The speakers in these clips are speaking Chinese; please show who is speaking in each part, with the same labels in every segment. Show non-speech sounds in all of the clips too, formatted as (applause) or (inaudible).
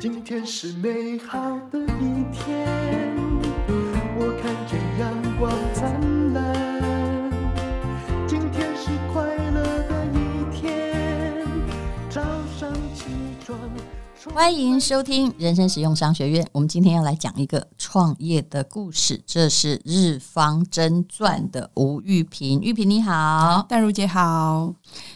Speaker 1: 今天是美好的一天，我看见阳光灿烂。今天是快乐的一天，早上起床。
Speaker 2: 欢迎收听人生实用商学院。我们今天要来讲一个创业的故事，这是日方真传的吴玉平。玉平你好，
Speaker 3: 淡如姐好，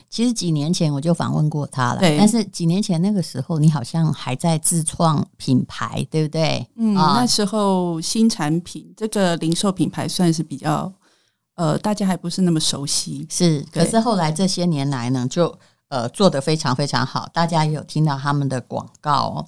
Speaker 2: 其实几年前我就访问过他了，
Speaker 3: 对
Speaker 2: 但是几年前那个时候，你好像还在自创品牌，对不对？
Speaker 3: 嗯，
Speaker 2: 啊
Speaker 3: 那时候新产品这个零售品牌算是比较，呃，大家还不是那么熟悉，
Speaker 2: 是。可
Speaker 3: 对
Speaker 2: 是后来这些年来呢，就呃做得非常非常好，大家也有听到他们的广告哦。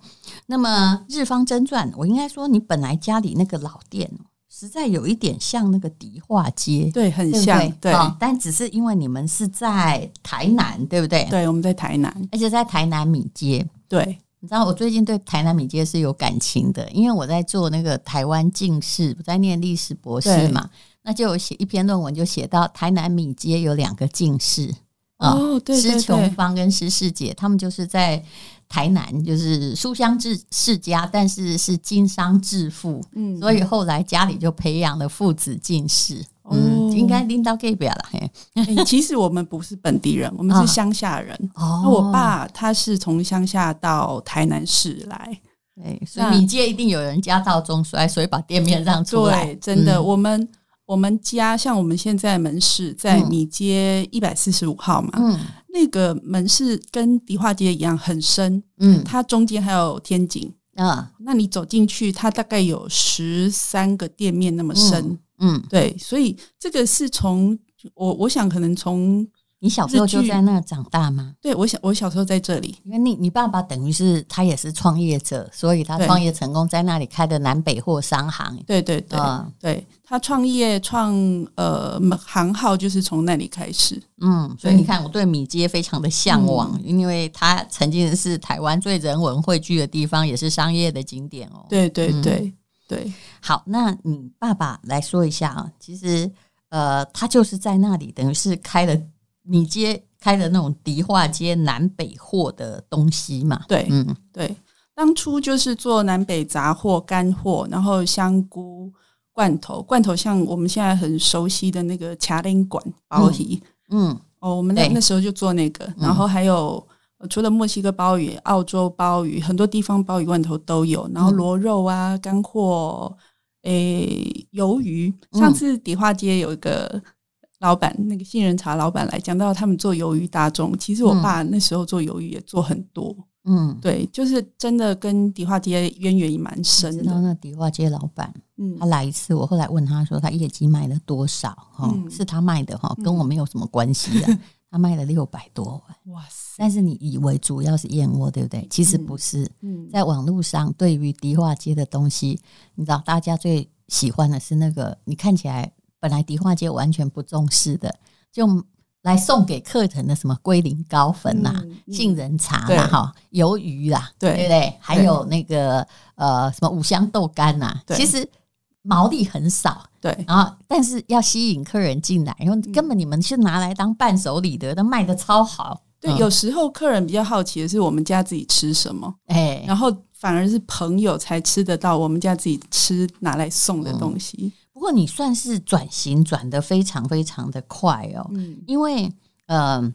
Speaker 2: 那么日方真传，我应该说你本来家里那个老店哦，实在有一点像那个迪化街，
Speaker 3: 对，很
Speaker 2: 对不
Speaker 3: 像，
Speaker 2: 对哦但只是因为你们是在台南，对不对？
Speaker 3: 对，我们在台南，
Speaker 2: 而且在台南米街。
Speaker 3: 对，
Speaker 2: 你知道我最近对台南米街是有感情的，因为我在做那个台湾近视，我在念历史博士
Speaker 3: 对
Speaker 2: 嘛，那就有写一篇论文，就写到台南米街有两个近视，啊
Speaker 3: 哦，对对
Speaker 2: 施琼
Speaker 3: 对，
Speaker 2: (laughs) 芳跟施世杰，他们就是在台南，就是书香世世家，但是是经商致富，
Speaker 3: 嗯
Speaker 2: 所以后来家里就培养了父子近视。嗯，
Speaker 3: 哦
Speaker 2: 应该拎到 gay 表了，嘿，
Speaker 3: 诶哎其实我们不是本地人，我们
Speaker 2: 啊
Speaker 3: 是乡下人。
Speaker 2: 哦
Speaker 3: 那我爸他是从乡下到台南市来，
Speaker 2: 对，所以
Speaker 3: 那
Speaker 2: 米街一定有人家道中衰，所以把店面让出来。
Speaker 3: 对，真的，
Speaker 2: 嗯
Speaker 3: 我们我们家像我们现在门市在
Speaker 2: 嗯
Speaker 3: 米街一百四十五号嘛，
Speaker 2: 嗯
Speaker 3: 那个门市跟迪化街一样很深，
Speaker 2: 嗯
Speaker 3: 它中间还有天井。
Speaker 2: 啊
Speaker 3: 那你走进去，它大概有十三个店面那么深，
Speaker 2: 嗯，
Speaker 3: 对，所以这个是从我我想可能从
Speaker 2: 你小时候就
Speaker 3: 日剧
Speaker 2: 在那长大吗？
Speaker 3: 对我小我小时候在这里，
Speaker 2: 因为你你爸爸等于是他也是创业者，所以他
Speaker 3: 对
Speaker 2: 创业成功，在那里开的南北货商行。
Speaker 3: 对对对、
Speaker 2: 啊
Speaker 3: 对，他创业创呃行号就是从那里开始，
Speaker 2: 嗯，所以
Speaker 3: 对
Speaker 2: 你看，我对米街非常的向
Speaker 3: 嗯
Speaker 2: 往，因为它曾经是台湾最人文汇聚的地方，也是商业的景点哦。，
Speaker 3: 对对
Speaker 2: 嗯
Speaker 3: 对、对，
Speaker 2: 好，那你爸爸来说一下啊，其实呃，他就是在那里，等于是开了米街，开了那种迪化街南北货的东西嘛。
Speaker 3: 对
Speaker 2: 嗯
Speaker 3: 对，当初就是做南北杂货、干货，然后香菇、罐头，罐头像我们现在很熟悉的那个卡林馆鲍鱼、
Speaker 2: 嗯
Speaker 3: 哦，我们那
Speaker 2: 对嗯
Speaker 3: 那时候就做那个，然后还有。呃除了墨西哥鲍鱼、澳洲鲍鱼，很多地方鲍鱼罐头都有，然后
Speaker 2: 嗯
Speaker 3: 螺肉啊、干货、诶、鱿鱼。
Speaker 2: 嗯
Speaker 3: 上次迪化街有一个老板，那个杏仁茶老板来讲到他们做鱿鱼大众，其实我
Speaker 2: 嗯
Speaker 3: 爸那时候做鱿鱼也做很多，
Speaker 2: 嗯，
Speaker 3: 对，就是真的跟迪化街渊源也蛮深
Speaker 2: 知道
Speaker 3: 的。
Speaker 2: 那迪化街老板。
Speaker 3: 嗯
Speaker 2: 他，来一次，我后来问他说他业绩卖了多少？哈、
Speaker 3: 嗯
Speaker 2: 是他卖的哈，跟我没有什么关系
Speaker 3: (laughs)
Speaker 2: 啊。他卖了六百多万，
Speaker 3: 哇塞，
Speaker 2: 但是你以为主要是燕窝，对不对？其实不是，
Speaker 3: 嗯，
Speaker 2: 在网络上对于迪化街的东西，你知道大家最喜欢的是那个你看起来本来迪化街完全不重视的，就来送给客人的什么龟苓膏粉啦、
Speaker 3: 嗯嗯
Speaker 2: 杏仁茶
Speaker 3: 对
Speaker 2: 啦、哈鱿鱼啦，
Speaker 3: 对
Speaker 2: 不对？还有那个呃什么五香豆干呐、
Speaker 3: 对
Speaker 2: 其实毛利很少。
Speaker 3: 对，
Speaker 2: 然后，但是要吸引客人进来，然
Speaker 3: 嗯
Speaker 2: 后根本你们是拿来当伴手礼的，但卖的超好。
Speaker 3: 对，
Speaker 2: 嗯
Speaker 3: 有时候客人比较好奇的是我们家自己吃什么，
Speaker 2: 哎，
Speaker 3: 然后反而是朋友才吃得到我们家自己吃拿来送
Speaker 2: 嗯
Speaker 3: 的东西。
Speaker 2: 不过你算是转型转得非常非常的快哦，
Speaker 3: 嗯，
Speaker 2: 因为呃，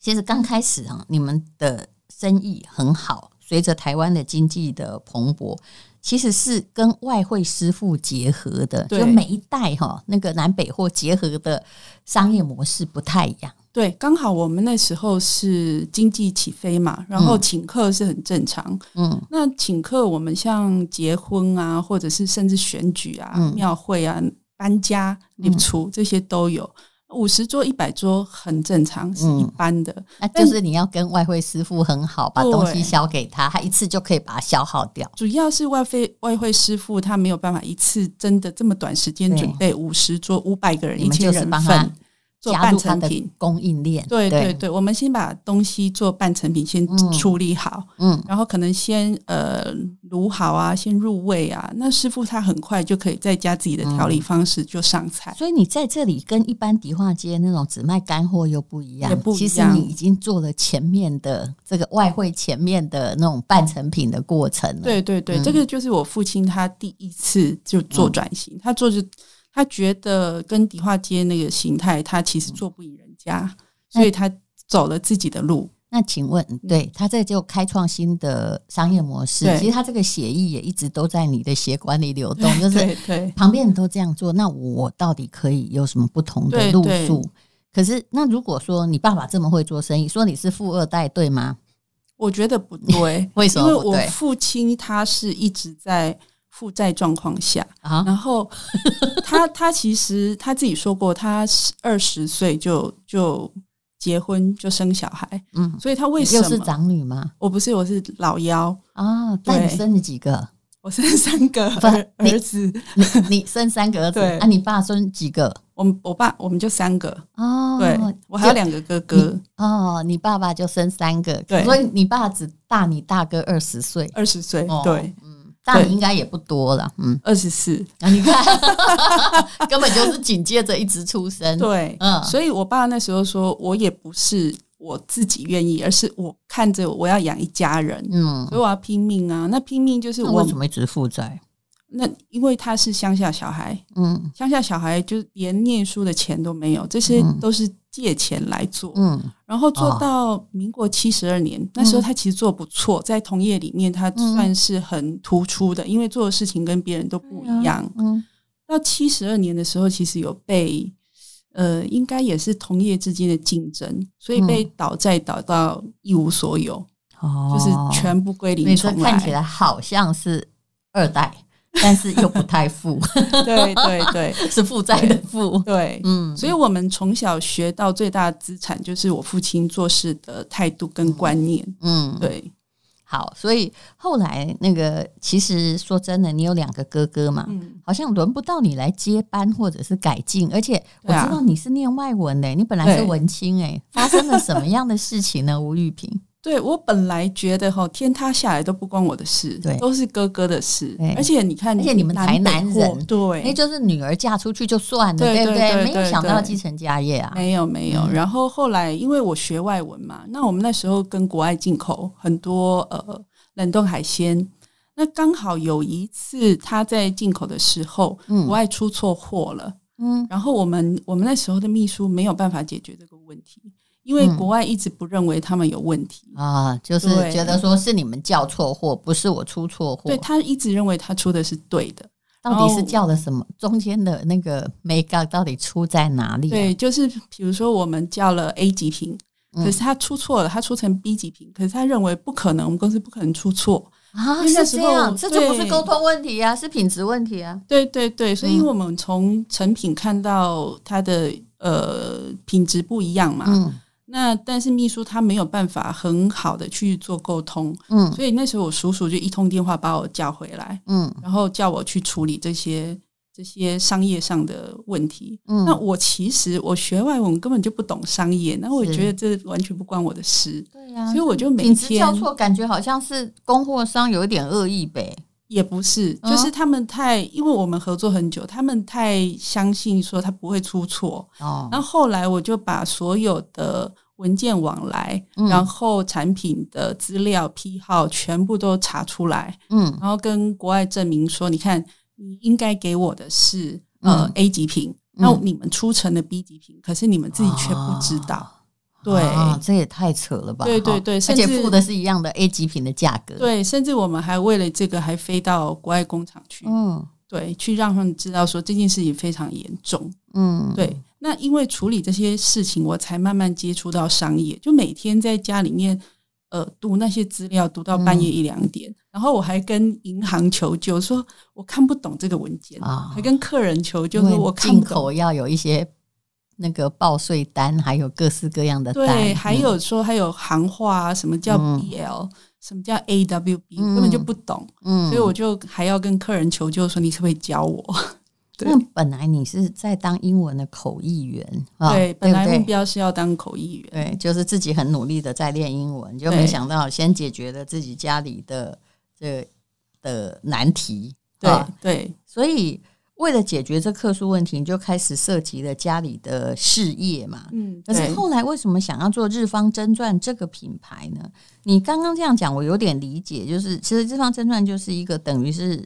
Speaker 2: 其实刚开始啊，你们的生意很好，随着台湾的经济的蓬勃，其实是跟外汇师傅结合的，
Speaker 3: 对
Speaker 2: 就每一代哈、那个南北货结合的商业模式不太一样。
Speaker 3: 对，刚好我们那时候是经济起飞嘛，然后
Speaker 2: 嗯
Speaker 3: 请客是很正常。
Speaker 2: 嗯
Speaker 3: 那请客，我们像结婚啊，或者是甚至选举啊、
Speaker 2: 嗯
Speaker 3: 庙会啊、搬家、礼厨、这些都有。五十桌、一百桌很正常，是
Speaker 2: 嗯
Speaker 3: 一般的。
Speaker 2: 那就是你要跟外汇师傅很好，把东西销给他，他一次就可以把它消耗掉。
Speaker 3: 主要是外费外汇师傅他没有办法一次真的这么短时间
Speaker 2: 对
Speaker 3: 准备五十桌、五百个人、
Speaker 2: 你
Speaker 3: 一
Speaker 2: 们
Speaker 3: 千
Speaker 2: 就是
Speaker 3: 人
Speaker 2: 帮他
Speaker 3: 份，做
Speaker 2: 加
Speaker 3: 半
Speaker 2: 入它
Speaker 3: 成
Speaker 2: 的
Speaker 3: 品。
Speaker 2: 供应链。
Speaker 3: 对对对，我们先把东西做半成品先
Speaker 2: 嗯
Speaker 3: 处理好，
Speaker 2: 嗯
Speaker 3: 然后可能先呃卤好啊，先入味啊，那师傅他很快就可以再加自己的调理方式就上菜。
Speaker 2: 所以你在这里跟一般迪化街那种只卖干货又不一样，
Speaker 3: 也不一
Speaker 2: 其实
Speaker 3: 样
Speaker 2: 你已经做了前面的这个外汇前面的那种半成品的过程了。，
Speaker 3: 对对对，这个就是我父亲他第一次就做转型，他做就他觉得跟迪化街那个形态，他其实做不赢人家，所以他走了自己的路。
Speaker 2: 那请问，对他这就开创新的商业模式。
Speaker 3: 嗯对
Speaker 2: 其实他这个协议也一直都在你的血管里
Speaker 3: (laughs)
Speaker 2: 流动，就是
Speaker 3: 对对
Speaker 2: 旁边人都这样做，那我到底可以有什么不同的
Speaker 3: 对
Speaker 2: 路
Speaker 3: 对
Speaker 2: 数？可是，那如果说你爸爸这么会做生意，说你是富二代，对吗？，
Speaker 3: 我觉得不对
Speaker 2: (laughs) 为什
Speaker 3: 因为
Speaker 2: 么不
Speaker 3: 我
Speaker 2: 对
Speaker 3: 父亲他是一直在负债状况下，
Speaker 2: 啊，
Speaker 3: 然后他他其实他自己说过，他二十岁就就结婚就生小孩，
Speaker 2: 嗯，
Speaker 3: 所以他为什
Speaker 2: 又是
Speaker 3: 么？
Speaker 2: 长女吗？
Speaker 3: 我不是，我是老幺，
Speaker 2: 啊，那你
Speaker 3: 对
Speaker 2: 生了几个？
Speaker 3: 我生三个
Speaker 2: 不
Speaker 3: 儿
Speaker 2: 你
Speaker 3: 儿子，
Speaker 2: 你 (laughs) 你生三个儿子，
Speaker 3: 对
Speaker 2: 啊，你爸生几个？
Speaker 3: 我们我爸我们就三个，
Speaker 2: 哦，
Speaker 3: 对我还有
Speaker 2: 就
Speaker 3: 两个哥哥，
Speaker 2: 哦，你爸爸就生三个，
Speaker 3: 对
Speaker 2: 所以你爸只大你大哥二十岁，
Speaker 3: 二十岁
Speaker 2: 哦，
Speaker 3: 对，
Speaker 2: 嗯，大你
Speaker 3: 对
Speaker 2: 应该也不多了，嗯，
Speaker 3: 二十四，
Speaker 2: 啊你看， (laughs) 根本就是紧接着一直出生，
Speaker 3: 对，
Speaker 2: 嗯
Speaker 3: 所以我爸那时候说我也不是我自己愿意，而是我看着我要养一家人，
Speaker 2: 嗯，
Speaker 3: 所以我要拼命啊。那拼命就是
Speaker 2: 那
Speaker 3: 我
Speaker 2: 为什么一直负债？
Speaker 3: 那因为他是乡下小孩，
Speaker 2: 嗯
Speaker 3: 乡下小孩就连念书的钱都没有，这些都是借钱来做。
Speaker 2: 嗯
Speaker 3: 然后做到民国七十二年，那时候他其实做不错，在同业里面他
Speaker 2: 嗯
Speaker 3: 算是很突出的，因为做的事情跟别人都不一样。
Speaker 2: 嗯，
Speaker 3: 到七十二年的时候，其实有被呃，应该也是同业之间的竞争，所以
Speaker 2: 嗯
Speaker 3: 被倒债倒到一无所有，
Speaker 2: 哦
Speaker 3: 就是全部归
Speaker 2: 所以
Speaker 3: 零
Speaker 2: 这
Speaker 3: 重
Speaker 2: 看起
Speaker 3: 来。
Speaker 2: 来好像是二代，但是又不太富，
Speaker 3: 对对对
Speaker 2: (laughs) 是负债的富，
Speaker 3: 对，
Speaker 2: 嗯，
Speaker 3: (laughs) 所以我们从小学到最大的资产就是我父亲做事的态度跟观念。
Speaker 2: 嗯，
Speaker 3: 对，
Speaker 2: 好，所以后来那个，其实说真的，你有两个哥哥嘛，
Speaker 3: 嗯，
Speaker 2: 好像轮不到你来接班或者是改进，而且我
Speaker 3: 对啊
Speaker 2: 知道你是念外文的、你本来是
Speaker 3: 对
Speaker 2: 文青
Speaker 3: (laughs)
Speaker 2: 哎、发生了什么样的事情呢？吴玉萍，
Speaker 3: 对我本来觉得哈，天塌下来都不关我的事
Speaker 2: 对，
Speaker 3: 都是哥哥的事
Speaker 2: 对。
Speaker 3: 而且你看，
Speaker 2: 而且你们台南
Speaker 3: 北货
Speaker 2: 人哎，
Speaker 3: 对，
Speaker 2: 就是女儿嫁出去就算了，
Speaker 3: 对
Speaker 2: 不
Speaker 3: 对对
Speaker 2: 没有
Speaker 3: 对
Speaker 2: 想到
Speaker 3: 对
Speaker 2: 继承家业啊，
Speaker 3: 没有没有。
Speaker 2: 嗯
Speaker 3: 然后后来因为我学外文嘛，那我们那时候跟国外进口很多呃冷冻海鲜。那刚好有一次，他在进口的时候，
Speaker 2: 嗯
Speaker 3: 国外出错货了，
Speaker 2: 嗯
Speaker 3: 然后我们我们那时候的秘书没有办法解决这个问题，因为
Speaker 2: 嗯
Speaker 3: 国外一直不认为他们有问题，
Speaker 2: 啊，就是
Speaker 3: 对
Speaker 2: 觉得说是你们叫错货，不是我出错货
Speaker 3: 对，他一直认为他出的是对的，
Speaker 2: 到底是
Speaker 3: 哦
Speaker 2: 叫了什么？中间的那个 make up 到底出在哪里、啊？
Speaker 3: 对，就是比如说我们叫了 A 级品，
Speaker 2: 嗯
Speaker 3: 可是他出错了，他出成 B 级品，可是他认为不可能，我们公司不可能出错，因
Speaker 2: 啊，
Speaker 3: 为那
Speaker 2: 是
Speaker 3: 时
Speaker 2: 这
Speaker 3: 候
Speaker 2: 样，这就不是
Speaker 3: 对
Speaker 2: 沟通问题啊，是品质问题啊。
Speaker 3: 对对对，所以
Speaker 2: 嗯
Speaker 3: 因为我们从成品看到它的呃品质不一样嘛，
Speaker 2: 嗯
Speaker 3: 那但是秘书他没有办法很好的去做沟通，
Speaker 2: 嗯
Speaker 3: 所以那时候我叔叔就一通电话把我叫回来。
Speaker 2: 嗯
Speaker 3: 然后叫我去处理这些这些商业上的问题。
Speaker 2: 嗯，
Speaker 3: 那我其实我学外文根本就不懂商业，那我
Speaker 2: 是
Speaker 3: 觉得这完全不关我的事，
Speaker 2: 对呀、
Speaker 3: 所以我就每
Speaker 2: 品质
Speaker 3: 天
Speaker 2: 叫错，感觉好像是供货商有一点恶意呗。
Speaker 3: 也不是，
Speaker 2: 嗯
Speaker 3: 就是他们太因为我们合作很久，他们太相信说他不会出错。
Speaker 2: 哦，
Speaker 3: 然后后来我就把所有的文件往来，
Speaker 2: 嗯
Speaker 3: 然后产品的资料批号全部都查出来，
Speaker 2: 嗯
Speaker 3: 然后跟国外证明说，你看，你应该给我的是呃、
Speaker 2: 嗯
Speaker 3: A 级品，
Speaker 2: 嗯
Speaker 3: 那你们出成的 B 级品，可是你们自己却不知道。对、
Speaker 2: 啊，这也太扯了吧？
Speaker 3: 对对
Speaker 2: 哈
Speaker 3: 对
Speaker 2: 而
Speaker 3: 甚
Speaker 2: 且
Speaker 3: 至
Speaker 2: 付的是一样的 A 级品的价格。，
Speaker 3: 对，甚至我们还为了这个还飞到国外工厂去，
Speaker 2: 嗯
Speaker 3: 对，去让他们知道说这件事情非常严重。
Speaker 2: 嗯，
Speaker 3: 对，那因为处理这些事情，我才慢慢接触到商业，就每天在家里面。呃，读那些资料，读到
Speaker 2: 嗯
Speaker 3: 半夜一两点，然后我还跟银行求救，说我看不懂这个文件，
Speaker 2: 啊
Speaker 3: 还跟客人求救，
Speaker 2: 因为
Speaker 3: 说我看
Speaker 2: 进
Speaker 3: 不懂
Speaker 2: 口要有一些那个报税单，还有各式各样的单。
Speaker 3: 对，还
Speaker 2: 嗯
Speaker 3: 有说还有行话、啊，什么叫
Speaker 2: 嗯
Speaker 3: BL，、什么叫 AWB，、
Speaker 2: 嗯
Speaker 3: 根本就不懂，
Speaker 2: 嗯
Speaker 3: 所以我就还要跟客人求救说，你可不可以教我？对
Speaker 2: 那本来你是在当英文的口译员啊，
Speaker 3: (laughs) 对，本来目
Speaker 2: 不对？
Speaker 3: 标是要当口译员，
Speaker 2: 对，就是自己很努力的在练英文，就
Speaker 3: 对
Speaker 2: 没想到先解决了自己家里的这的难题，
Speaker 3: 对、
Speaker 2: 啊
Speaker 3: 对
Speaker 2: 所以为了解决这客诉问题，你就开始涉及了家里的事业嘛。
Speaker 3: 嗯，
Speaker 2: 可是
Speaker 3: 对
Speaker 2: 后来为什么想要做日方真传这个品牌呢？你刚刚这样讲，我有点理解，就是其实日方真传就是一个等于是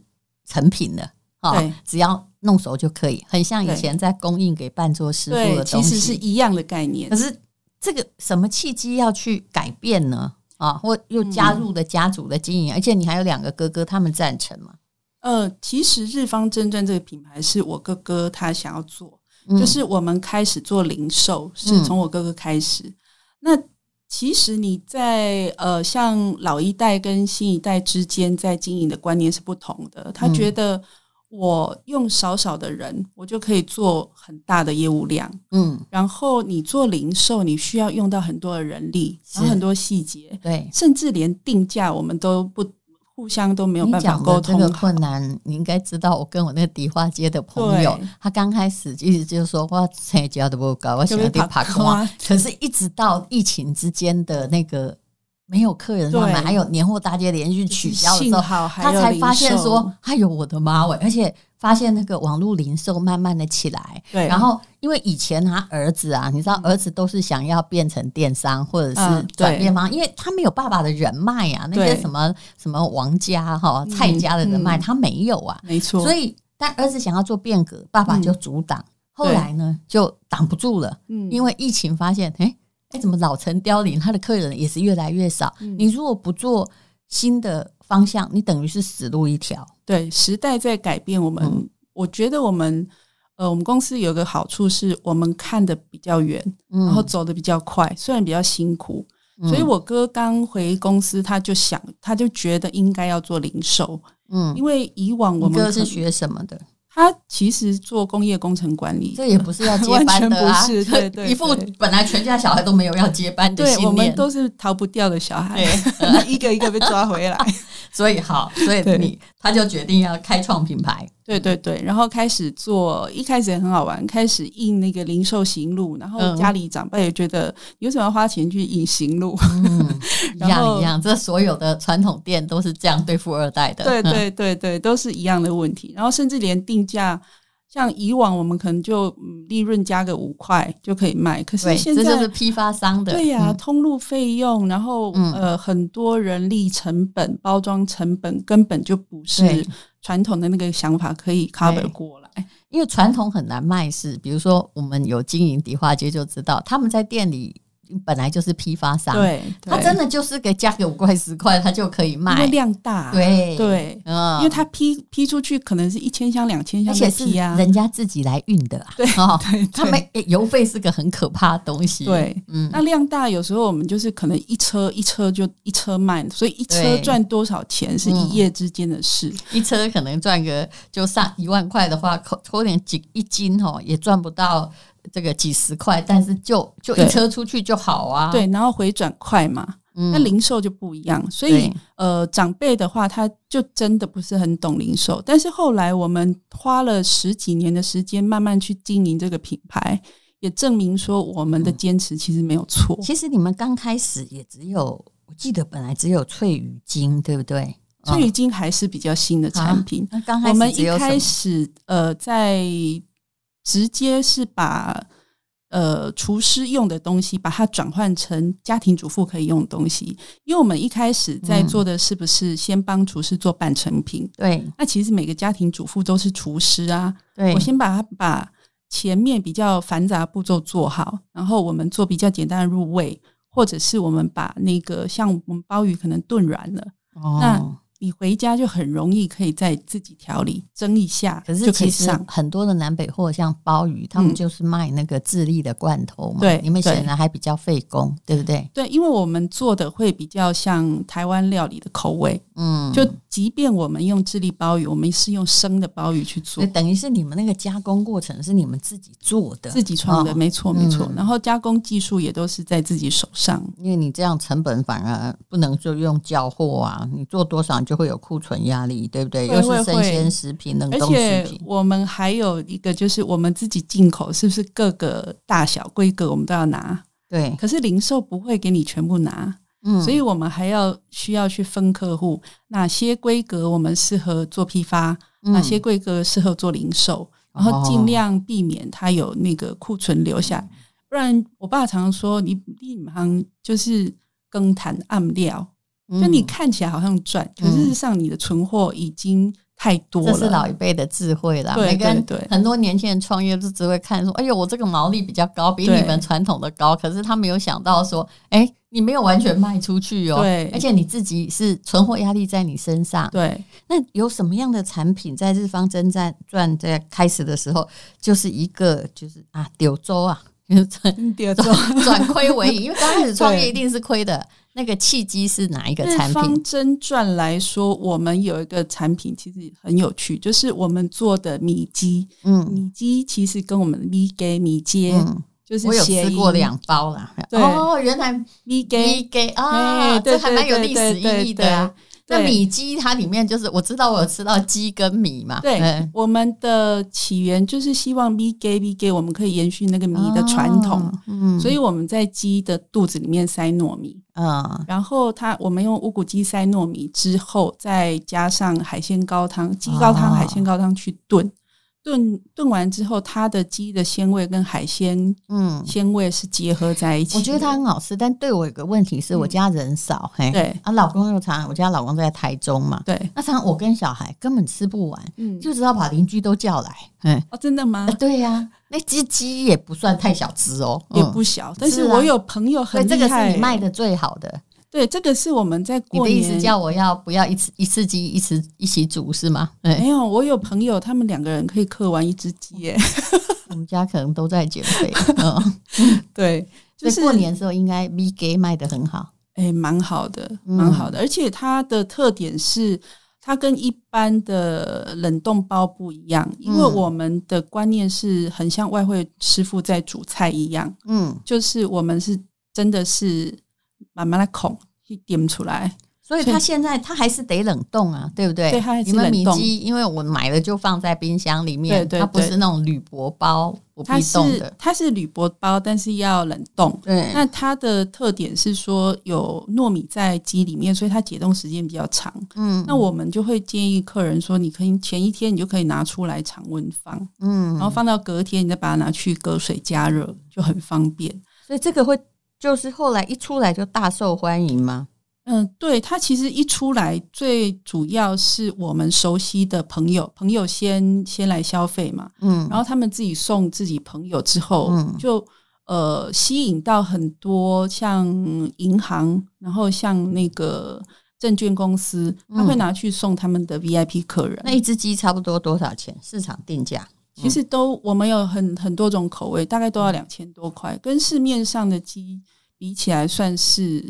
Speaker 2: 成品的，
Speaker 3: 对
Speaker 2: 只要弄熟就可以，很像以
Speaker 3: 对
Speaker 2: 前在供应给伴奏师傅的东
Speaker 3: 对，其
Speaker 2: 西。
Speaker 3: 实是一样的概念
Speaker 2: 可。是这个什么契机要去改变呢？啊，或又加
Speaker 3: 嗯
Speaker 2: 入了家族的经营，而且你还有两个哥哥，他们赞成嘛？
Speaker 3: 呃，其实日方真传这个品牌是我哥哥他想要做，
Speaker 2: 嗯
Speaker 3: 就是我们开始做零售，是从我哥哥开始。那其实你在呃，像老一代跟新一代之间在经营的观念是不同的。他
Speaker 2: 嗯
Speaker 3: 觉得我用少少的人，我就可以做很大的业务量。
Speaker 2: 嗯，
Speaker 3: 然后你做零售，你需要用到很多的人力，然后
Speaker 2: 是
Speaker 3: 很多细节，
Speaker 2: 对。
Speaker 3: 甚至连定价我们都不互相都没有
Speaker 2: 你
Speaker 3: 办法
Speaker 2: 讲
Speaker 3: 沟
Speaker 2: 的这
Speaker 3: 通
Speaker 2: 个
Speaker 3: 好
Speaker 2: 困难，你应该知道。我跟我那个迪化街的朋友
Speaker 3: 对，
Speaker 2: 他刚开始一直就说：“哇，成交都不高，我想要
Speaker 3: 就被
Speaker 2: 爬
Speaker 3: 打
Speaker 2: 空。
Speaker 3: 垮”
Speaker 2: 可是，一直到疫情之间的那个没有客人上
Speaker 3: 对
Speaker 2: 门，还有年货大街连续取消的时
Speaker 3: 幸
Speaker 2: 候，
Speaker 3: 好还
Speaker 2: 他
Speaker 3: 有
Speaker 2: 才
Speaker 3: 零
Speaker 2: 发现
Speaker 3: 售
Speaker 2: 说：“哎呦，我的妈喂！”而且发现那个网络零售慢慢的起来，
Speaker 3: 对，
Speaker 2: 然后，因为以前他儿子啊，你知道，儿子都是想要变成电商或者是
Speaker 3: 嗯
Speaker 2: 转
Speaker 3: 对
Speaker 2: 变方，因为他没有爸爸的人脉啊，那些
Speaker 3: 对
Speaker 2: 什么什么王家哈、蔡家的人脉，
Speaker 3: 嗯
Speaker 2: 他没有啊。
Speaker 3: 没错，
Speaker 2: 所以，但儿子想要做变革，爸爸就阻挡。后来呢，就挡不住了，
Speaker 3: 嗯
Speaker 2: 因为疫情发现，哎哎，怎么老成凋零，他的客人也是越来越少。
Speaker 3: 嗯
Speaker 2: 你如果不做新的方向，你等于是死路一条。
Speaker 3: 对时代在改变，我们、
Speaker 2: 嗯
Speaker 3: 我觉得我们呃，我们公司有一个好处是我们看的比较远，
Speaker 2: 嗯，
Speaker 3: 然后走的比较快，虽然比较辛苦。
Speaker 2: 嗯
Speaker 3: 所以我哥刚回公司，他就想，他就觉得应该要做零售，
Speaker 2: 嗯，
Speaker 3: 因为以往我
Speaker 2: 你
Speaker 3: 们
Speaker 2: 哥是
Speaker 3: 可
Speaker 2: 学什么的？
Speaker 3: 他其实做工业工程管理，
Speaker 2: 这也不是要接班的啊，
Speaker 3: (laughs) 完全不是
Speaker 2: (laughs)
Speaker 3: 对对
Speaker 2: 一副
Speaker 3: 对
Speaker 2: 本来全家小孩都没有要接班的
Speaker 3: 对
Speaker 2: 信念，
Speaker 3: 我们都是逃不掉的小孩， (laughs)
Speaker 2: (laughs)
Speaker 3: 一个一个被抓回来。
Speaker 2: 所以好，所以
Speaker 3: 对
Speaker 2: 你他就决定要开创品牌，
Speaker 3: (laughs) 对对对，然后开始做，一开始也很好玩，开始印那个零售行路，然后
Speaker 2: 嗯
Speaker 3: 家里长辈也觉得你为什么要花钱去印行路？ (laughs)
Speaker 2: 嗯，一
Speaker 3: 然后
Speaker 2: 样一样，这所有的传统店都是这样对富二代的，
Speaker 3: 对
Speaker 2: 嗯，
Speaker 3: 对对对，都是一样的问题。然后甚至连定价，像以往我们可能就嗯利润加个五块就可以卖，可是
Speaker 2: 对，
Speaker 3: 现
Speaker 2: 这就是
Speaker 3: 在。
Speaker 2: 批发商的，
Speaker 3: 对呀、
Speaker 2: 嗯
Speaker 3: 通路费用，然后、
Speaker 2: 嗯
Speaker 3: 呃，很多人力成本、包装成本，根本就不
Speaker 2: 对
Speaker 3: 是传统的那个想法可以 cover 过来。
Speaker 2: 因为传统很难卖是，比如说我们有经营迪化街就知道，他们在店里本来就是批发商，，
Speaker 3: 对，
Speaker 2: 他
Speaker 3: 对
Speaker 2: 真的就是给加个五块十块，他就可以
Speaker 3: 因为
Speaker 2: 卖，
Speaker 3: 量大，啊
Speaker 2: 对，
Speaker 3: 对，
Speaker 2: 嗯，
Speaker 3: 因为他批批出去可能是一千箱、两千箱
Speaker 2: 而且
Speaker 3: 的
Speaker 2: 是
Speaker 3: 批啊，
Speaker 2: 人家自己来运的啊，
Speaker 3: 对
Speaker 2: 哦
Speaker 3: (laughs) 对对
Speaker 2: 他们诶邮费是个很可怕的东西，
Speaker 3: 对
Speaker 2: 嗯，
Speaker 3: 那量大，有时候我们就是可能一车一车就一车卖，所以一车
Speaker 2: 对
Speaker 3: 赚多少钱是
Speaker 2: 嗯
Speaker 3: 一夜之间的事。
Speaker 2: 一车可能赚个就上一万块的话，扣扣点几一斤哦，也赚不到这个几十块，但是就就一
Speaker 3: 对
Speaker 2: 车出去就好啊，
Speaker 3: 对，然后回转快嘛，
Speaker 2: 嗯，
Speaker 3: 那零售就不一样。所以
Speaker 2: 对
Speaker 3: 呃，长辈的话，他就真的不是很懂零售。但是后来我们花了十几年的时间，慢慢去经营这个品牌，也证明说我们的坚持其实没有错。
Speaker 2: 嗯其实你们刚开始也只有，我记得本来只有翠羽精，对不对？
Speaker 3: 所以
Speaker 2: 嗯啊
Speaker 3: 已经还是比较新的产品。
Speaker 2: 那刚
Speaker 3: 我
Speaker 2: 开
Speaker 3: 们
Speaker 2: 始只
Speaker 3: 一
Speaker 2: 有
Speaker 3: 开
Speaker 2: 什么？
Speaker 3: 始呃，在直接是把呃厨师用的东西，把它转换成家庭主妇可以用的东西。因为我们一开始
Speaker 2: 嗯
Speaker 3: 在做的是不是先帮厨师做半成品？
Speaker 2: 对
Speaker 3: 那其实每个家庭主妇都是厨师啊。
Speaker 2: 对，
Speaker 3: 我先把它把前面比较繁杂的步骤做好，然后我们做比较简单的入味，或者是我们把那个像我们鲍鱼可能炖软了。
Speaker 2: 哦
Speaker 3: 那。你回家就很容易可以再自己调理，蒸一下，
Speaker 2: 可是
Speaker 3: 就可
Speaker 2: 其
Speaker 3: 以
Speaker 2: 实
Speaker 3: 上。
Speaker 2: 很多的南北货，像鲍鱼，他们
Speaker 3: 嗯
Speaker 2: 就是卖那个智利的罐头嘛。
Speaker 3: 对
Speaker 2: 你们
Speaker 3: 对
Speaker 2: 显然还比较费工，对不对？
Speaker 3: 对，因为我们做的会比较像台湾料理的口味，
Speaker 2: 嗯，
Speaker 3: 就即便我们用智利鲍鱼，我们是用生的鲍鱼去
Speaker 2: 所
Speaker 3: 做
Speaker 2: 以，等于是你们那个加工过程是你们自己做的，
Speaker 3: 自己创的，
Speaker 2: 哦
Speaker 3: 没错没错
Speaker 2: 嗯。
Speaker 3: 然后加工技术也都是在自己手上，
Speaker 2: 因为你这样成本反而不能就用叫货啊，你做多少你就会有库存压力，对不对？
Speaker 3: 会
Speaker 2: 又是
Speaker 3: 会
Speaker 2: 生
Speaker 3: 会
Speaker 2: 鲜食品、冷
Speaker 3: 而
Speaker 2: 冻食
Speaker 3: 且
Speaker 2: 品，
Speaker 3: 我们还有一个就是我们自己进口，是不是各个大小规格我们都要拿？
Speaker 2: 对，
Speaker 3: 可是零售不会给你全部拿，
Speaker 2: 嗯，
Speaker 3: 所以我们还要需要去分客户，哪些规格我们适合做批发，
Speaker 2: 嗯
Speaker 3: 哪些规格适合做零售，
Speaker 2: 哦
Speaker 3: 然后尽量避免它有那个库存留下来。
Speaker 2: 嗯
Speaker 3: 不然，我爸常说你你银行就是更谈暗料，
Speaker 2: 嗯
Speaker 3: 就你看起来好像赚，可是事实上你的存货已经太多了。
Speaker 2: 这是老一辈的智慧啦。
Speaker 3: 对
Speaker 2: 每个人
Speaker 3: 对对
Speaker 2: 很多年轻人创业就只会看说，哎呦，我这个毛利比较高，比
Speaker 3: 对
Speaker 2: 你们传统的高。可是他没有想到说，哎，你没有完全卖出去哦，
Speaker 3: 对
Speaker 2: 而且你自己是存货压力在你身上。
Speaker 3: 对，
Speaker 2: 那有什么样的产品在日方征战赚在开始的时候，就是一个就是啊丢粥啊， (laughs) 就是转
Speaker 3: 第二种
Speaker 2: 转亏为盈，因为刚开始创业
Speaker 3: 对
Speaker 2: 一定是亏的。那个契机是哪一个
Speaker 3: 日
Speaker 2: 产
Speaker 3: 方
Speaker 2: 品？
Speaker 3: 真传来说，我们有一个产品其实很有趣，就是我们做的米鸡。
Speaker 2: 嗯
Speaker 3: 米鸡其实跟我们的米给米街、
Speaker 2: 嗯，
Speaker 3: 就是
Speaker 2: 我有
Speaker 3: 谐
Speaker 2: 吃
Speaker 3: 音
Speaker 2: 过两包啦。
Speaker 3: 对
Speaker 2: 哦，原来
Speaker 3: 米
Speaker 2: 米
Speaker 3: 给，哎
Speaker 2: 给啊，
Speaker 3: 对
Speaker 2: 这还蛮有历史意义的啊。
Speaker 3: 对对对对
Speaker 2: 那米鸡它里面就是我知道我有吃到鸡跟米嘛，
Speaker 3: 对、
Speaker 2: 嗯
Speaker 3: 我们的起源就是希望米给米给，我们可以延续那个米的传统。
Speaker 2: 哦嗯
Speaker 3: 所以我们在鸡的肚子里面塞糯米，
Speaker 2: 嗯
Speaker 3: 然后它我们用乌骨鸡塞糯米之后，再加上海鲜高汤、鸡高汤、
Speaker 2: 哦
Speaker 3: 海鲜高汤去炖，炖炖完之后，它的鸡的鲜味跟海鲜 (laughs)
Speaker 2: 嗯，
Speaker 3: 鲜味是结合在一起的。
Speaker 2: 我觉得它很好吃，但对我有个问题是我家人少，嘿，
Speaker 3: 嗯对
Speaker 2: 啊，老公又常，我家老公在台中嘛，
Speaker 3: 对，
Speaker 2: 那常常我跟小孩根本吃不完，
Speaker 3: 嗯，
Speaker 2: 就知道把邻居都叫来，嗯，
Speaker 3: 哦，真的吗
Speaker 2: 啊？对呀、那鸡鸡也不算太小只哦，
Speaker 3: 也
Speaker 2: 嗯
Speaker 3: 不小，但是
Speaker 2: 是啊
Speaker 3: 我有朋友
Speaker 2: 所以
Speaker 3: 很
Speaker 2: 这
Speaker 3: 厉
Speaker 2: 个
Speaker 3: 害，
Speaker 2: 是你卖的最好的。
Speaker 3: 对，这个是我们在
Speaker 2: 你
Speaker 3: 过
Speaker 2: 的
Speaker 3: 年
Speaker 2: 意思叫我要不要一次一次鸡一次一起煮是吗？对，
Speaker 3: 没有，我有朋友他们两个人可以刻完一只鸡耶， (laughs)
Speaker 2: 我们家可能都在减肥， (laughs) 嗯，
Speaker 3: 对，就
Speaker 2: 所
Speaker 3: 是
Speaker 2: 以过年的时候应该 V G 卖的很好，
Speaker 3: 哎，蛮好的，
Speaker 2: 嗯
Speaker 3: 蛮好的，而且它的特点是。它跟一般的冷冻包不一样，因为
Speaker 2: 嗯
Speaker 3: 我们的观念是很像外汇师傅在煮菜一样，
Speaker 2: 嗯，
Speaker 3: 就是我们是真的是慢慢来孔去点出来，
Speaker 2: 所以它现在它还是得冷冻啊，对不对？
Speaker 3: 对它还是
Speaker 2: 你们米
Speaker 3: 冷冻
Speaker 2: 鸡，因为我买了就放在冰箱里面，
Speaker 3: 对对
Speaker 2: 它不
Speaker 3: 对
Speaker 2: 是那种铝箔包不
Speaker 3: 它
Speaker 2: 必冻
Speaker 3: 是
Speaker 2: 的，
Speaker 3: 它是铝箔包，但是要冷冻，
Speaker 2: 对，
Speaker 3: 那它的特点是说有糯米在鸡里面，所以它解冻时间比较长。
Speaker 2: 嗯
Speaker 3: 那我们就会建议客人说，你可以前一天你就可以拿出来常温放，
Speaker 2: 嗯
Speaker 3: 然后放到隔天你再把它拿去隔水加热，就很方便。
Speaker 2: 所以这个会就是后来一出来就大受欢迎吗？
Speaker 3: 嗯，对，它其实一出来，最主要是我们熟悉的朋友，朋友先先来消费嘛，
Speaker 2: 嗯
Speaker 3: 然后他们自己送自己朋友之后，
Speaker 2: 嗯
Speaker 3: 就呃吸引到很多像银行，然后像那个证券公司，他会
Speaker 2: 嗯
Speaker 3: 拿去送他们的 VIP 客人。
Speaker 2: 那一只鸡差不多多少钱？市场定价？
Speaker 3: 其实都我们有很很多种口味，大概都要两千多块，跟市面上的鸡比起来，算是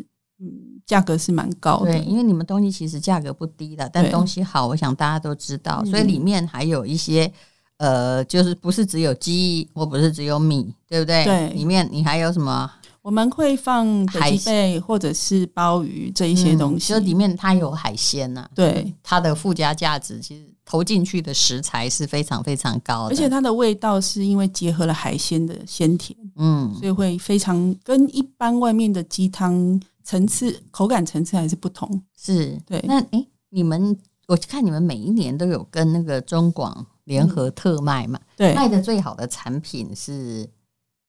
Speaker 3: 嗯价格是蛮高
Speaker 2: 对，
Speaker 3: 的。
Speaker 2: 因为你们东西其实价格不低的，但
Speaker 3: 对
Speaker 2: 东西好，我想大家都知道，所以
Speaker 3: 嗯
Speaker 2: 里面还有一些。呃，就是不是只有鸡，或不是只有米，对不对？
Speaker 3: 对
Speaker 2: 里面你还有什么嗯
Speaker 3: 我们会放北
Speaker 2: 海
Speaker 3: 极贝或者是鲍鱼这一些东西，
Speaker 2: 就里面它有海鲜呐、
Speaker 3: 对，
Speaker 2: 它的附加价值其实投进去的食材是非常非常高的，
Speaker 3: 而且它的味道是因为结合了海鲜的鲜甜。
Speaker 2: 嗯
Speaker 3: 所以会非常跟一般外面的鸡汤层次、口感层次还是不同。
Speaker 2: 是
Speaker 3: 对
Speaker 2: 那诶，你们我看你们每一年都有跟那个中广联合特卖嘛，
Speaker 3: 嗯对，
Speaker 2: 卖的最好的产品是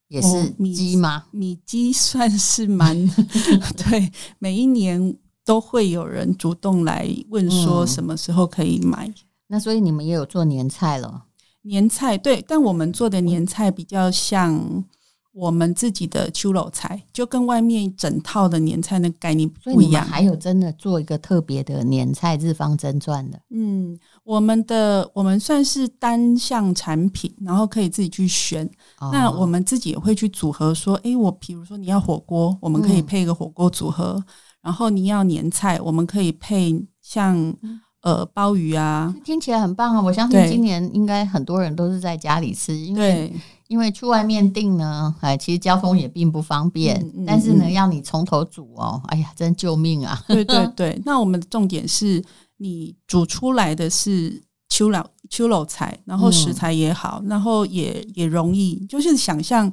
Speaker 2: 也
Speaker 3: 哦
Speaker 2: 是
Speaker 3: 米
Speaker 2: 鸡吗？
Speaker 3: 米鸡算是蛮
Speaker 2: (laughs)
Speaker 3: 对，每一年都会有人主动来问说
Speaker 2: 嗯
Speaker 3: 什么时候可以买。
Speaker 2: 那所以你们也有做年菜了，
Speaker 3: 年菜对，但我们做
Speaker 2: 嗯
Speaker 3: 的年菜比较像我们自己的秋肉菜，就跟外面整套的年菜那个概念
Speaker 2: 所以
Speaker 3: 不
Speaker 2: 你
Speaker 3: 一
Speaker 2: 们
Speaker 3: 样。
Speaker 2: 还有真的做一个特别的年菜日方真传的，
Speaker 3: 嗯，我们的我们算是单项产品，然后可以自己去选。那
Speaker 2: 哦
Speaker 3: 我们自己也会去组合，说，诶，我比如说你要火锅，我们可以
Speaker 2: 嗯
Speaker 3: 配一个火锅组合；然后你要年菜，我们可以配像呃鲍鱼啊，
Speaker 2: 听起来很棒啊！我相信
Speaker 3: 对
Speaker 2: 今年应该很多人都是在家里吃，因为
Speaker 3: 对
Speaker 2: 因为去外面订呢，哎，其实交通也并不方便，
Speaker 3: 嗯嗯
Speaker 2: 但是呢，
Speaker 3: 嗯
Speaker 2: 要你从头煮哦，哎呀，真救命啊！
Speaker 3: 对对对。那我们的重点是你煮出来的是秋老秋老菜，然后食材也好，然后也也容易，就是想象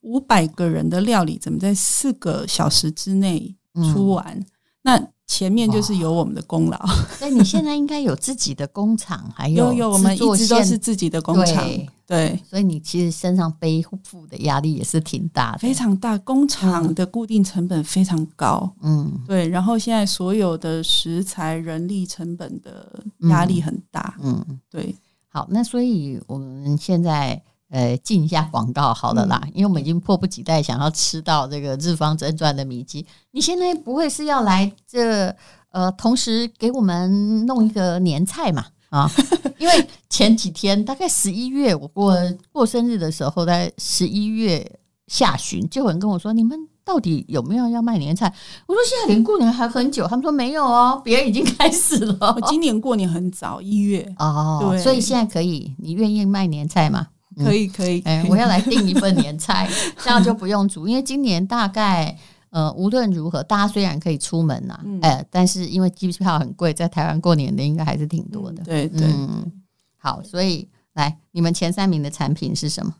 Speaker 3: 五百个人的料理怎么在四个小时之内 (laughs)
Speaker 2: 嗯
Speaker 3: 出完，那前面就是有我们的功劳。
Speaker 2: 所以你现在应该有自己的工厂，还
Speaker 3: 有有，我们
Speaker 2: 制作
Speaker 3: 一直都
Speaker 2: 线
Speaker 3: 是自己的工厂，
Speaker 2: 对
Speaker 3: 对，
Speaker 2: 所以你其实身上背负的压力也是挺大的，
Speaker 3: 非常大，工厂的固定成本非常高，
Speaker 2: 嗯
Speaker 3: 对，然后现在所有的食材、人力成本的压力很大，
Speaker 2: 嗯。
Speaker 3: 对，
Speaker 2: 好，那所以我们现在呃进一下广告好了啦，因为我们已经迫不及待想要吃到这个日方真传的米鸡。你现在不会是要来这呃，同时给我们弄一个年菜嘛？啊，因为前几天大概十一月，我过过生日的时候，在十一月下旬，就有人跟我说：“你们到底有没有要卖年菜？”我说：“现在离过年还很久。”他们说：“没有哦，别人已经开始了。
Speaker 3: 我哦今年过年很早，一月，
Speaker 2: 哦，
Speaker 3: 对
Speaker 2: 所以现在可以，你愿意卖年菜
Speaker 3: (laughs)
Speaker 2: 吗？嗯
Speaker 3: 可以，可以，
Speaker 2: 哎、
Speaker 3: 可以
Speaker 2: 我要来订一份年
Speaker 3: (laughs)
Speaker 2: 菜，这样就不用煮，因为今年大概。呃，无论如何，大家虽然可以出门呐、
Speaker 3: 嗯
Speaker 2: 哎、但是因为机票很贵，在台湾过年的应该还是挺多的
Speaker 3: 嗯。对对，
Speaker 2: 嗯，好，所以来，你们前三名的产品是什么？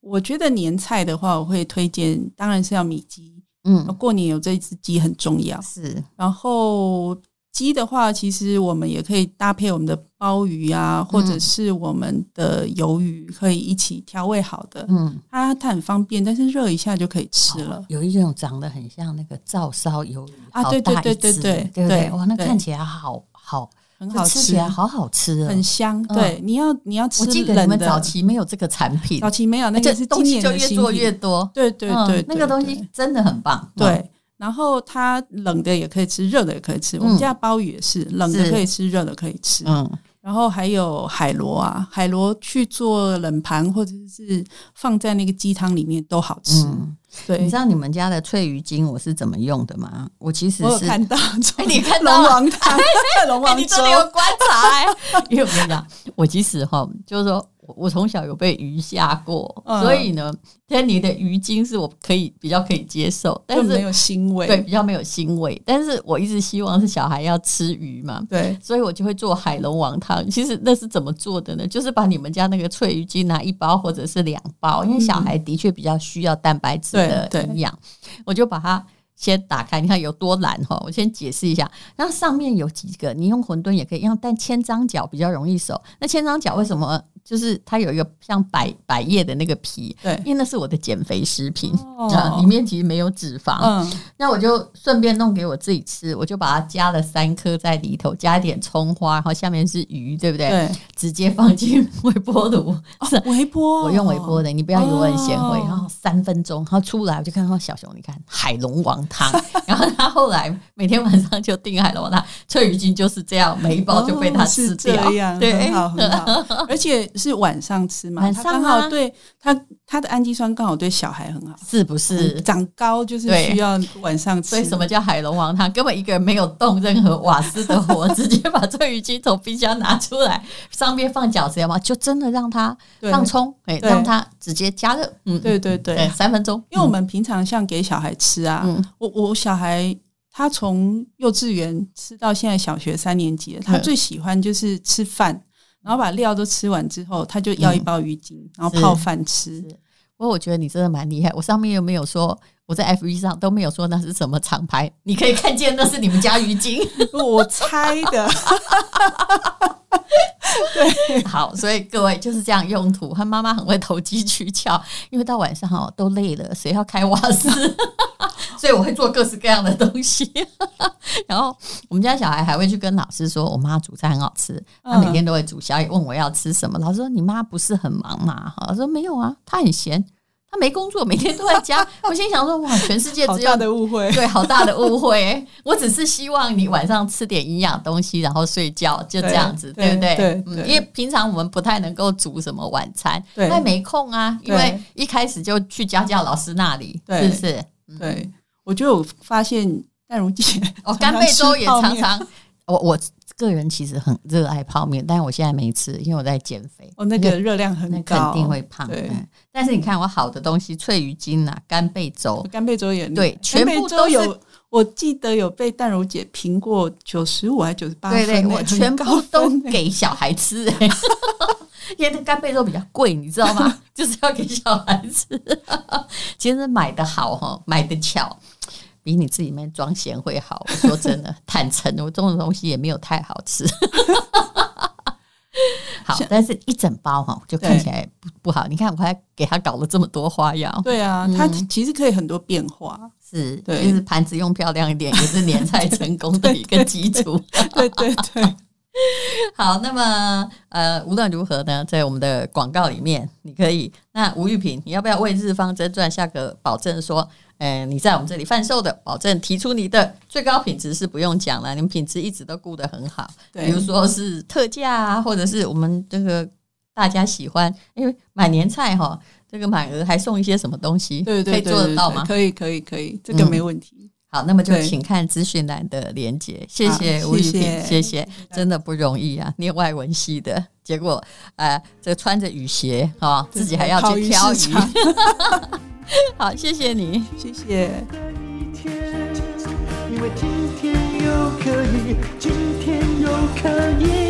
Speaker 3: 我觉得年菜的话，我会推荐，当然是要米鸡，
Speaker 2: 嗯，
Speaker 3: 过年有这一只鸡很重要。
Speaker 2: 是，
Speaker 3: 然后鸡的话，其实我们也可以搭配我们的鲍鱼啊，或
Speaker 2: 嗯
Speaker 3: 者是我们的鱿鱼，可以一起调味好的。
Speaker 2: 嗯，哦
Speaker 3: 它它很方便，但是热一下就可以吃了。
Speaker 2: 有一种长得很像那个照烧鱿鱼，
Speaker 3: 啊
Speaker 2: 好
Speaker 3: 对对
Speaker 2: 大
Speaker 3: 对
Speaker 2: 一
Speaker 3: 对
Speaker 2: 只
Speaker 3: 对
Speaker 2: 对不对？
Speaker 3: 对
Speaker 2: 哇，那
Speaker 3: 对
Speaker 2: 看起来好好，
Speaker 3: 很
Speaker 2: 这
Speaker 3: 好
Speaker 2: 吃
Speaker 3: 吃，
Speaker 2: 起来好好吃哦。
Speaker 3: 很香。对，你要你要吃
Speaker 2: 我记得你
Speaker 3: 冷
Speaker 2: 们
Speaker 3: 的，
Speaker 2: 早期没有这个产品，
Speaker 3: 早期没有，那
Speaker 2: 这
Speaker 3: 个是今
Speaker 2: 东西
Speaker 3: 年
Speaker 2: 就
Speaker 3: 的
Speaker 2: 越
Speaker 3: 新
Speaker 2: 做
Speaker 3: 品
Speaker 2: 越多。
Speaker 3: 对对
Speaker 2: 嗯
Speaker 3: 对，
Speaker 2: 那
Speaker 3: 对
Speaker 2: 个东
Speaker 3: 对
Speaker 2: 西真的很棒。嗯，
Speaker 3: 对。然后它冷的也可以吃，热的也可以吃。我们
Speaker 2: 嗯
Speaker 3: 家鲍鱼也是冷
Speaker 2: 是
Speaker 3: 的可以吃，热的可以吃。
Speaker 2: 嗯，
Speaker 3: 然后还有海螺啊，海螺去做冷盘或者是放在那个鸡汤里面都好吃。
Speaker 2: 嗯
Speaker 3: 对，
Speaker 2: 你知道你们家的翠鱼精我是怎么用的吗？我其实
Speaker 3: 我有
Speaker 2: 是， (laughs)
Speaker 3: 看到，
Speaker 2: 哎你看
Speaker 3: 龙
Speaker 2: 到了
Speaker 3: 王
Speaker 2: (laughs)
Speaker 3: 汤、龙
Speaker 2: 哎
Speaker 3: 王
Speaker 2: 你
Speaker 3: 粥
Speaker 2: 真，的有观察、
Speaker 3: 欸
Speaker 2: 哎 (laughs) 因为我跟你讲，我其实哈，就是说我我从小有被鱼吓过，
Speaker 3: 嗯
Speaker 2: 所以呢，天你的鱼精是我可以比较可以接受，但
Speaker 3: 就没
Speaker 2: 是
Speaker 3: 有腥味。
Speaker 2: 对比较没有腥味。但是我一直希望是小孩要吃鱼嘛，
Speaker 3: 对
Speaker 2: 所以我就会做海龙王汤。其实那是怎么做的呢？就是把你们家那个翠鱼精拿一包或者是两包，因为小孩的确比较需要蛋白质的
Speaker 3: 对对
Speaker 2: 营养，我就把它。先打开，你看有多难哈！我先解释一下，那上面有几个，你用馄饨也可以用，但千张饺比较容易熟。那千张饺为什么？就是它有一个像百百叶的那个皮，
Speaker 3: 对，
Speaker 2: 因为那是我的减肥食品
Speaker 3: 哦
Speaker 2: 啊、里面其实没有脂肪。
Speaker 3: 嗯，
Speaker 2: 那我就顺便弄给我自己吃，我就把它加了三颗在里头，加一点葱花，然后下面是鱼，对不对？
Speaker 3: 对，
Speaker 2: 直接放进微波炉，
Speaker 3: 哦微波，
Speaker 2: 我用微波的，你不要以为我很贤惠。
Speaker 3: 哦
Speaker 2: 然后三分钟，然后出来我就看到小熊，你看海龙王
Speaker 3: (laughs)
Speaker 2: 汤，然后他后来每天晚上就订海龙王汤，翠鱼精就是这样，每一包就被他
Speaker 3: 哦
Speaker 2: 吃
Speaker 3: 是
Speaker 2: 掉，
Speaker 3: 这样，
Speaker 2: 对，
Speaker 3: 很好很
Speaker 2: (laughs)
Speaker 3: 好，而且是晚上吃嘛，
Speaker 2: 晚
Speaker 3: 它
Speaker 2: 上
Speaker 3: 刚
Speaker 2: 啊
Speaker 3: 好对它它的氨基酸刚好对小孩很好，
Speaker 2: 是不是？
Speaker 3: 长高就是
Speaker 2: 对
Speaker 3: 需要晚上吃，
Speaker 2: 所以什么叫海龙王汤？根本一个人没有动任何瓦斯的火， (laughs) 直接把翠鱼精从冰箱拿出来，上面放饺子，要吗？就真的让它
Speaker 3: 对
Speaker 2: 放葱，哎，
Speaker 3: 对
Speaker 2: 让它直接加热，嗯，
Speaker 3: 对对对，
Speaker 2: 对，三分钟，
Speaker 3: 因为我们平常像给小孩吃啊，
Speaker 2: 嗯
Speaker 3: 我我小孩他从幼稚园吃到现在小学三年级了，他
Speaker 2: 嗯
Speaker 3: 最喜欢就是吃饭，然后把料都吃完之后，他就要一包鱼精，然
Speaker 2: 是
Speaker 3: 后泡饭吃。
Speaker 2: 不过我觉得你真的蛮厉害，我上面又没有说。我在 F 1上都没有说那是什么厂牌，你可以看见那是你们家鱼精。
Speaker 3: (laughs) 我猜
Speaker 2: (laughs)
Speaker 3: 的，
Speaker 2: 好，所以各位就是这样用途。他妈妈很会投机取巧，因为到晚上哦都累了，谁要开瓦斯？ (laughs) 所以我会做各式各样的东西。 (laughs) 然后我们家小孩还会去跟老师说，我妈煮菜很好吃，她
Speaker 3: 嗯
Speaker 2: 每天都会煮宵夜，问我要吃什么。老师说你妈不是很忙嘛？我说没有啊，她很闲，她没工作，每天都在家。我心想说哇，全世界
Speaker 3: 好
Speaker 2: 只有
Speaker 3: 大的误会。
Speaker 2: 对，好大的误会。我只是希望你晚上吃点营养东西，然后睡觉，就这样子，
Speaker 3: 对
Speaker 2: 对不对？
Speaker 3: 对
Speaker 2: 嗯
Speaker 3: 对
Speaker 2: 因为平常我们不太能够煮什么晚餐，
Speaker 3: 对
Speaker 2: 那没空啊，因
Speaker 3: 对
Speaker 2: 为一开始就去家教老师那里，
Speaker 3: 对
Speaker 2: 是不是？
Speaker 3: 对，我觉得我发现淡如姐
Speaker 2: 嗯哦，
Speaker 3: 常常
Speaker 2: 干贝粥也
Speaker 3: 吃泡
Speaker 2: 常
Speaker 3: 面
Speaker 2: 常， (laughs) 我我个人其实很热爱泡面，但我现在没吃，因为我在减肥。
Speaker 3: 哦，那个热量很
Speaker 2: 那肯
Speaker 3: 高，
Speaker 2: 定会胖。
Speaker 3: 对，
Speaker 2: 嗯但是你看，我好的东西，翠鱼精啊，干贝粥，
Speaker 3: 干贝粥也
Speaker 2: 对
Speaker 3: 干贝
Speaker 2: 全部
Speaker 3: 粥
Speaker 2: 都是
Speaker 3: 有。我记得有被淡如姐评过九十五还九十八分
Speaker 2: 对
Speaker 3: 欸，
Speaker 2: 对，我
Speaker 3: 很
Speaker 2: 全
Speaker 3: 高
Speaker 2: 部
Speaker 3: 分
Speaker 2: 都
Speaker 3: 欸
Speaker 2: 给小孩吃、 (laughs) 欸，因为那干贝肉比较贵，你知道
Speaker 3: (laughs)
Speaker 2: 吗？就是要给小孩吃。 (laughs) 其实买的好哈，买的巧，比你自己面装贤惠好。我说真的， (laughs) 坦诚，我这种东西也没有太好吃。 (laughs) 好，但是一整包哈，就看起来不不好。你看，我还给他搞了这么多花样，
Speaker 3: 对啊，它其实可以很多变
Speaker 2: (laughs)
Speaker 3: 化。
Speaker 2: 是，
Speaker 3: 对
Speaker 2: 就是盘子用漂亮一点，也是年菜成功的一个基础。
Speaker 3: 对对对，
Speaker 2: 好，那么呃，无论如何呢，在我们的广告里面，你可以那吴玉平，你要不要为日方真传下个保证说，呃，你在我们这里贩售的，保证提出你的最高品质是不用讲了，你们品质一直都顾得很好，
Speaker 3: 对
Speaker 2: 比如说是特价啊，或者是我们这个大家喜欢，因为买年菜哈，这个满额还送一些什么东西，
Speaker 3: 对
Speaker 2: 可
Speaker 3: 对对，
Speaker 2: 以做得到
Speaker 3: 对
Speaker 2: 吗？
Speaker 3: 可以可以可以，这个
Speaker 2: 嗯
Speaker 3: 没问题。
Speaker 2: 好，那么就
Speaker 3: 对
Speaker 2: 请看资讯栏的连接。谢
Speaker 3: 好
Speaker 2: 谢吴玉
Speaker 3: 谢
Speaker 2: 平，
Speaker 3: 谢
Speaker 2: 谢谢，真的不容易啊！念外文系的，结果呃，这穿着雨鞋哈、自己还要
Speaker 3: 跑
Speaker 2: 去
Speaker 3: 鱼
Speaker 2: 挑
Speaker 3: 市
Speaker 2: 鱼。
Speaker 3: 场
Speaker 2: (laughs) 好，谢谢你。
Speaker 3: 谢谢。
Speaker 1: 的一天，因为今天又可以，今天又可以。